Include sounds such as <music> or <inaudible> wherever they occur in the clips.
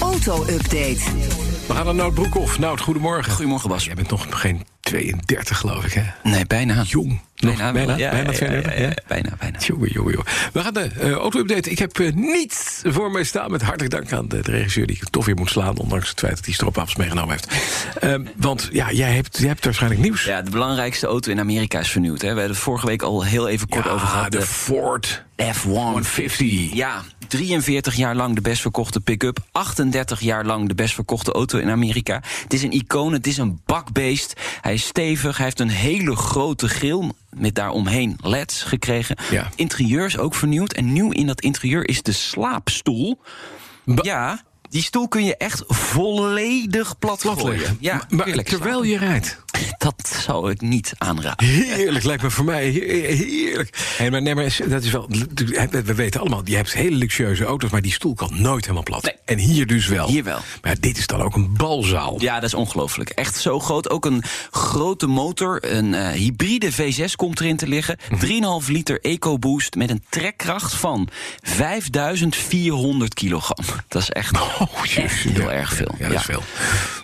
Auto-update. We gaan naar Nout Broekhoff. Nout, goedemorgen. Goedemorgen, Bas. Jij bent nog geen 32, geloof ik, hè? Nee, bijna. Jong. Nog, Bijna, bijna, wel, ja, bijna ja, 32, ja, ja, ja? bijna, bijna. Jongen, jongen, jongen. We gaan de eh, auto-update. Ik heb eh, niets voor mij staan. Met hartelijk dank aan de, de regisseur die ik toch weer moet slaan. Ondanks het feit dat hij stroopwafels meegenomen heeft. Ehm, want ja, jij hebt, jij hebt waarschijnlijk nieuws. Ja, de belangrijkste auto in Amerika is vernieuwd. Hè. We hebben het vorige week al heel even kort Ja, over gehad. eh, de Ford F1. 150. Ja, 43 jaar lang de best verkochte pick-up. 38 jaar lang de best verkochte auto in Amerika. Het is een icoon, het is een bakbeest. Hij is stevig, hij heeft een hele grote grill met daaromheen leds gekregen. Ja. Interieur is ook vernieuwd. En nieuw in dat interieur is de slaapstoel. Ba- ja, die stoel kun je echt volledig plat, Platleggen. gooien. Ja, maar heerlijk terwijl je rijdt. slapen. Dat zou ik niet aanraden. Heerlijk, lijkt me voor mij. Heer- Heerlijk. Hey, maar nee, maar is- dat is wel. We weten allemaal, je hebt hele luxueuze auto's, maar die stoel kan nooit helemaal plat. Nee. En hier dus wel. Hier wel. Maar dit is dan ook een balzaal. Ja, dat is ongelooflijk. Echt zo groot. Ook een grote motor. Een eh, hybride V6 komt erin te liggen. Mhm. 3,5 liter EcoBoost met een trekkracht van 5400 kilogram. Dat is echt, Oh, jezus. echt heel Ja, erg veel. Ja, dat is veel.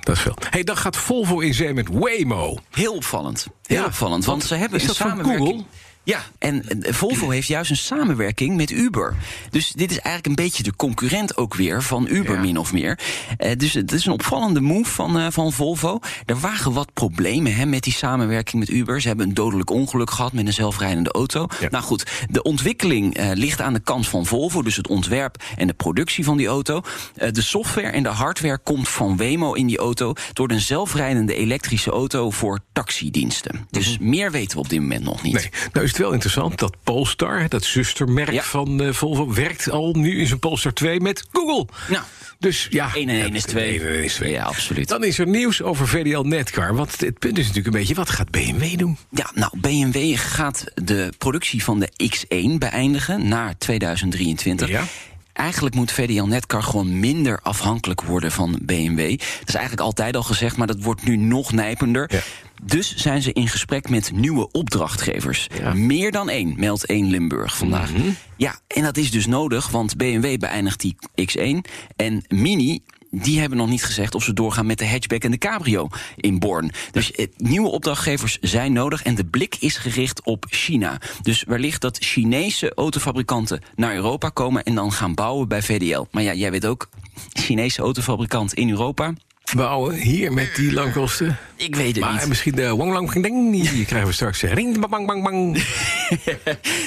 Dat is veel. hey, dan gaat Volvo in zee met Waymo. Heel opvallend. Heel Ja, opvallend. Want want ze hebben is een dat van samenwerking. Google? Ja, en eh, Volvo heeft juist een samenwerking met Uber. Dus dit is eigenlijk een beetje de concurrent ook weer van Uber, Ja. min of meer. Eh, dus het is een opvallende move van, eh, van Volvo. Er waren wat problemen hè, met die samenwerking met Uber. Ze hebben een dodelijk ongeluk gehad met een zelfrijdende auto. Ja. Nou goed, de ontwikkeling eh, ligt aan de kant van Volvo. Dus het ontwerp en de productie van die auto. Eh, de software en de hardware komt van Wemo in die auto. door een zelfrijdende elektrische auto voor taxidiensten. Dus meer weten we op dit moment nog niet. Mhm. Nee, nou is het wel interessant dat Polestar, hè, dat zustermerk Ja. van eh, Volvo, werkt al nu in zijn Polestar 2 met Google. Nou, dus ja. 1 en 1 is 2. 1 en 1 is 2. Ja, absoluut. Dan is er nieuws over VDL Netcar. Want het punt is natuurlijk een beetje, wat gaat BMW doen? Ja, nou, BMW gaat de productie van de X1 beëindigen na 2023. Ja. Eigenlijk moet VDL Netcar gewoon minder afhankelijk worden van BMW. Dat is eigenlijk altijd al gezegd, maar dat wordt nu nog nijpender. Ja. Dus zijn ze in gesprek met nieuwe opdrachtgevers. Meer dan één, meldt 1 Limburg vandaag. Ja, en dat is dus nodig, want BMW beëindigt die X1 en Mini die hebben nog niet gezegd of ze doorgaan met de hatchback en de cabrio in Born. Dus eh, nieuwe opdrachtgevers zijn nodig en de blik is gericht op China. Dus wellicht dat Chinese autofabrikanten naar Europa komen en dan gaan bouwen bij VDL. Maar ja, jij weet ook, Chinese autofabrikant in Europa. Bouwen hier met die langkosten. Ik weet het Maar niet. misschien de Wang Lang Ging Ding, <laughs> die krijgen we straks. eh, Ring, bang, bang, bang, bang.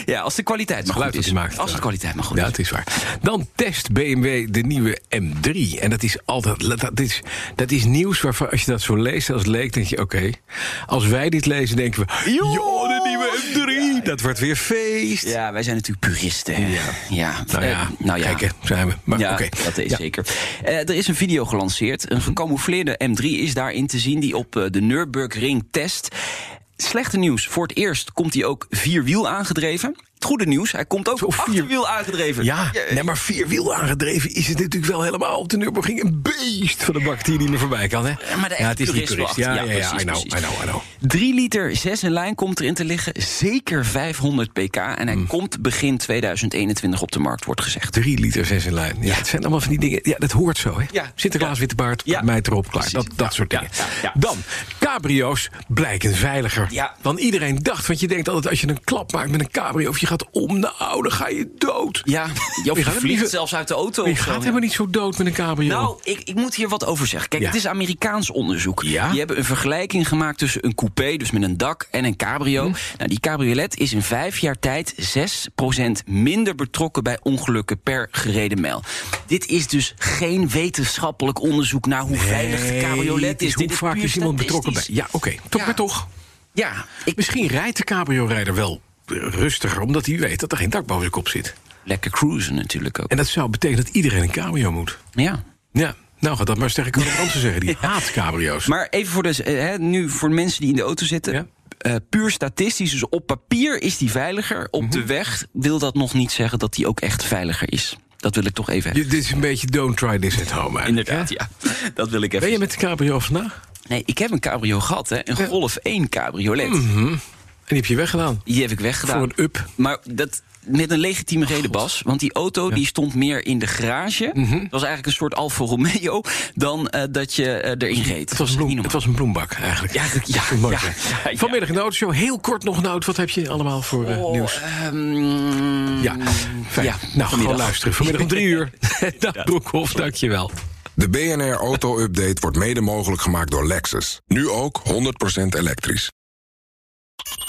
ja, als de kwaliteit maar geluid goed dat is. hij maakt. Als de kwaliteit maar goed Ja, is. het is waar. Dan test BMW de nieuwe M3. En dat is altijd. Dat is, dat is nieuws waarvan, als je dat zo leest als leek, denk je: oké. Als wij dit lezen, denken we: joh, de nieuwe M3. dat wordt weer feest. Ja, wij zijn natuurlijk puristen. hè. Ja. ja. Nou Eh, ja, nou ja. kijk, hè, zijn we. Maar ja, oké. dat Ja. is Mhm. zeker. Eh, er is een video gelanceerd. Een gecamoufleerde M3 is daarin te zien die op eh, de Nürburgring test. Slechte nieuws. Voor het eerst komt hij ook vierwiel aangedreven. Het goede nieuws, hij komt ook Zo vier- achterwiel aangedreven. Ja, nee, maar vierwiel aangedreven is het natuurlijk wel helemaal op de Nürburgring. Een beest van de bak die niet meer voorbij kan, hè? maar de ja, het is niet purist. echte purist Ja, ja, wacht. ja, Ja, precies, I know, precies. I know, I know. 3 liter 6 in lijn komt erin te liggen. Zeker 500 pk. En hij Mhm. komt begin 2021 op de markt, wordt gezegd. Drie liter zes in lijn. Ja, het zijn allemaal van die dingen. Ja, dat hoort zo, hè? Ja. Sinterklaas, Ja. witte baard, Ja. mij erop, klaar. Dat, Precies. dat soort dingen. Ja. Dan, cabrio's blijken veiliger Ja. dan iedereen dacht. Want je denkt altijd, als je een klap maakt met een cabrio... of je gaat om de oude, ga je dood. Ja, Je of je gaat vliegt liever- zelfs uit de auto. Maar je of zo, gaat ja. helemaal niet zo dood met een cabrio. Nou, ik, ik moet hier wat over zeggen. Kijk, Ja. het is Amerikaans onderzoek. Ja? Die hebben een vergelijking gemaakt tussen een coupé, dus met een dak, en een cabrio. Hm. Nou, die cabriolet is in vijf jaar tijd 6% minder betrokken bij ongelukken per gereden mijl. Dit is dus geen wetenschappelijk onderzoek naar hoe veilig de Nee, cabriolet het is. dus Hoe Dit vaak puur is iemand betrokken bij? statistisch. Ja, oké. Toch Ja. maar toch. Ja, ik, Misschien rijdt de cabrio-rijder wel eh, rustiger... omdat hij weet dat er geen dak boven zijn kop zit. lekker cruisen natuurlijk ook. En dat zou betekenen dat iedereen een cabrio moet. Ja. Ja, nou gaat dat maar <laughs> eens tegen Carlo Bransen zeggen. Die haat cabrio's. Maar even voor de, eh, hè, nu voor de mensen die in de auto zitten. Ja. eh, puur statistisch, dus op papier is die veiliger. Mhm. Op de weg wil dat nog niet zeggen dat die ook echt veiliger is. Dat wil ik toch even. Je- dit is een beetje don't try this at home. eigenlijk, Inderdaad, hè? ja. Dat wil ik even. Ben je met de cabrio vandaag? Nee, ik heb een cabrio gehad, hè? Een Golf 1 cabriolet. En die heb je weggedaan. Die heb ik weggedaan. Mhm. Voor een up. Oh, Maar dat met een legitieme reden, Bas. Want die auto die stond meer in de garage. Mhm. Dat was eigenlijk een soort Alfa Romeo. Dan eh, dat je eh, erin reed. Het was, een niet bloem, normaal. het was een bloembak eigenlijk. Ja, ja, Dat is mooi, ja, hè? ja, ja. Vanmiddag in de autoshow. Heel kort nog, Nout. Wat heb je allemaal voor eh, Oh, nieuws? ehm, Ja, fijn. ja, nou, vanmiddag. gewoon luisteren. Vanmiddag om drie <laughs> uur. <laughs> Dag Broekhoff, dankjewel. De BNR Auto Update wordt mede mogelijk gemaakt door Lexus. Nu ook 100% elektrisch.